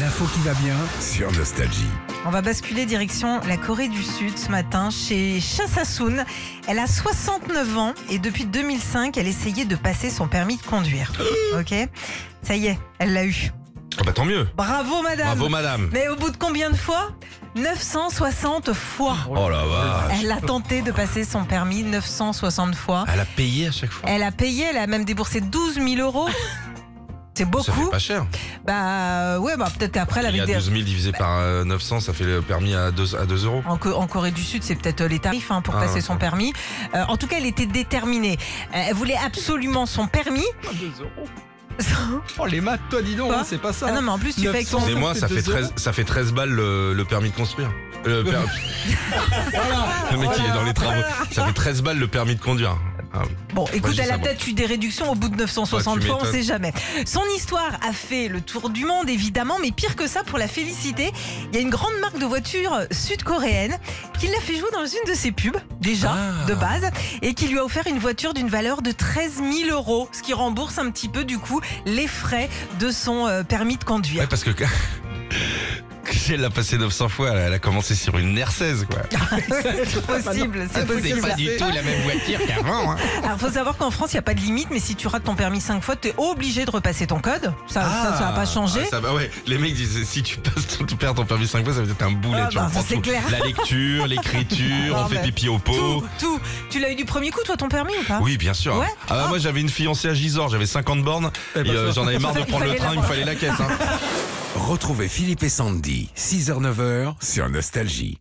L'info qui va bien. sur Nostalgie. On va basculer direction la Corée du Sud ce matin chez Cha Sassoon. Elle a 69 ans et depuis 2005, elle essayait de passer son permis de conduire. Ok Ça y est, elle l'a eu. Ah bah tant mieux. Bravo madame Bravo madame. Mais au bout de combien de fois 960 fois Oh la vache. Elle a tenté de passer son permis 960 fois. Elle a payé à chaque fois. Elle a payé, elle a même déboursé 12 000 euros. C'est Ça fait beaucoup. pas cher. Bah ouais, bah peut-être qu'après elle Il y avait a des... 12 000 divisé par euh, 900, ça fait le permis à 2, à 2 euros. En, Co- en Corée du Sud, c'est peut-être euh, les tarifs hein, pour Ah, passer ouais. son permis. Euh, en tout cas, elle était déterminée. Euh, elle voulait absolument son permis. Oh les maths, toi dis donc, Quoi hein, c'est pas ça. Ah non, mais en plus, tu fais avec son... 900. Mais moi, fait ça fait 2 euros. 13, ça fait 13 balles le, le permis de construire. Le, per- le mec il est dans les travaux. Ça fait 13 balles le permis de conduire. Ah, Bon, écoute, je dis elle ça, a moi. peut-être eu des réductions au bout de 960 Ouais, tu fois, on m'étonnes. sait jamais. Son histoire a fait le tour du monde, évidemment, mais pire que ça, pour la féliciter, il y a une grande marque de voitures sud-coréenne qui l'a fait jouer dans une de ses pubs, déjà, Ah. de base, et qui lui a offert une voiture d'une valeur de 13 000 euros, ce qui rembourse un petit peu, du coup, les frais de son euh, permis de conduire. Ouais, parce que. Si elle l'a passé 900 fois, elle a commencé sur une R16, quoi. Ah, c'est possible, c'est possible. pas du tout la même voiture qu'avant, hein. Alors, faut savoir qu'en France, il n'y a pas de limite, mais si tu rates ton permis 5 fois, tu es obligé de repasser ton code. Ça, ça, ça va pas changer. Ah, ça va, ouais. Les mecs disent si tu, passes, ton- tu perds ton permis 5 fois, ça va être un boulet. Ah, tu bah, reprends ça, c'est tout. clair. La lecture, l'écriture, Non, on fait mais pipi au pot. Tout, tout. Tu l'as eu du premier coup, toi, ton permis ou pas Oui, bien sûr. Ouais. Ah bah, moi j'avais une fiancée à Gisors, j'avais 50 bornes Eh et ben, euh, ça. j'en avais marre de Il prendre le fallait train, la il me fallait la caisse. hein. Retrouvez Philippe et Sandy, 6h-9h sur Nostalgie.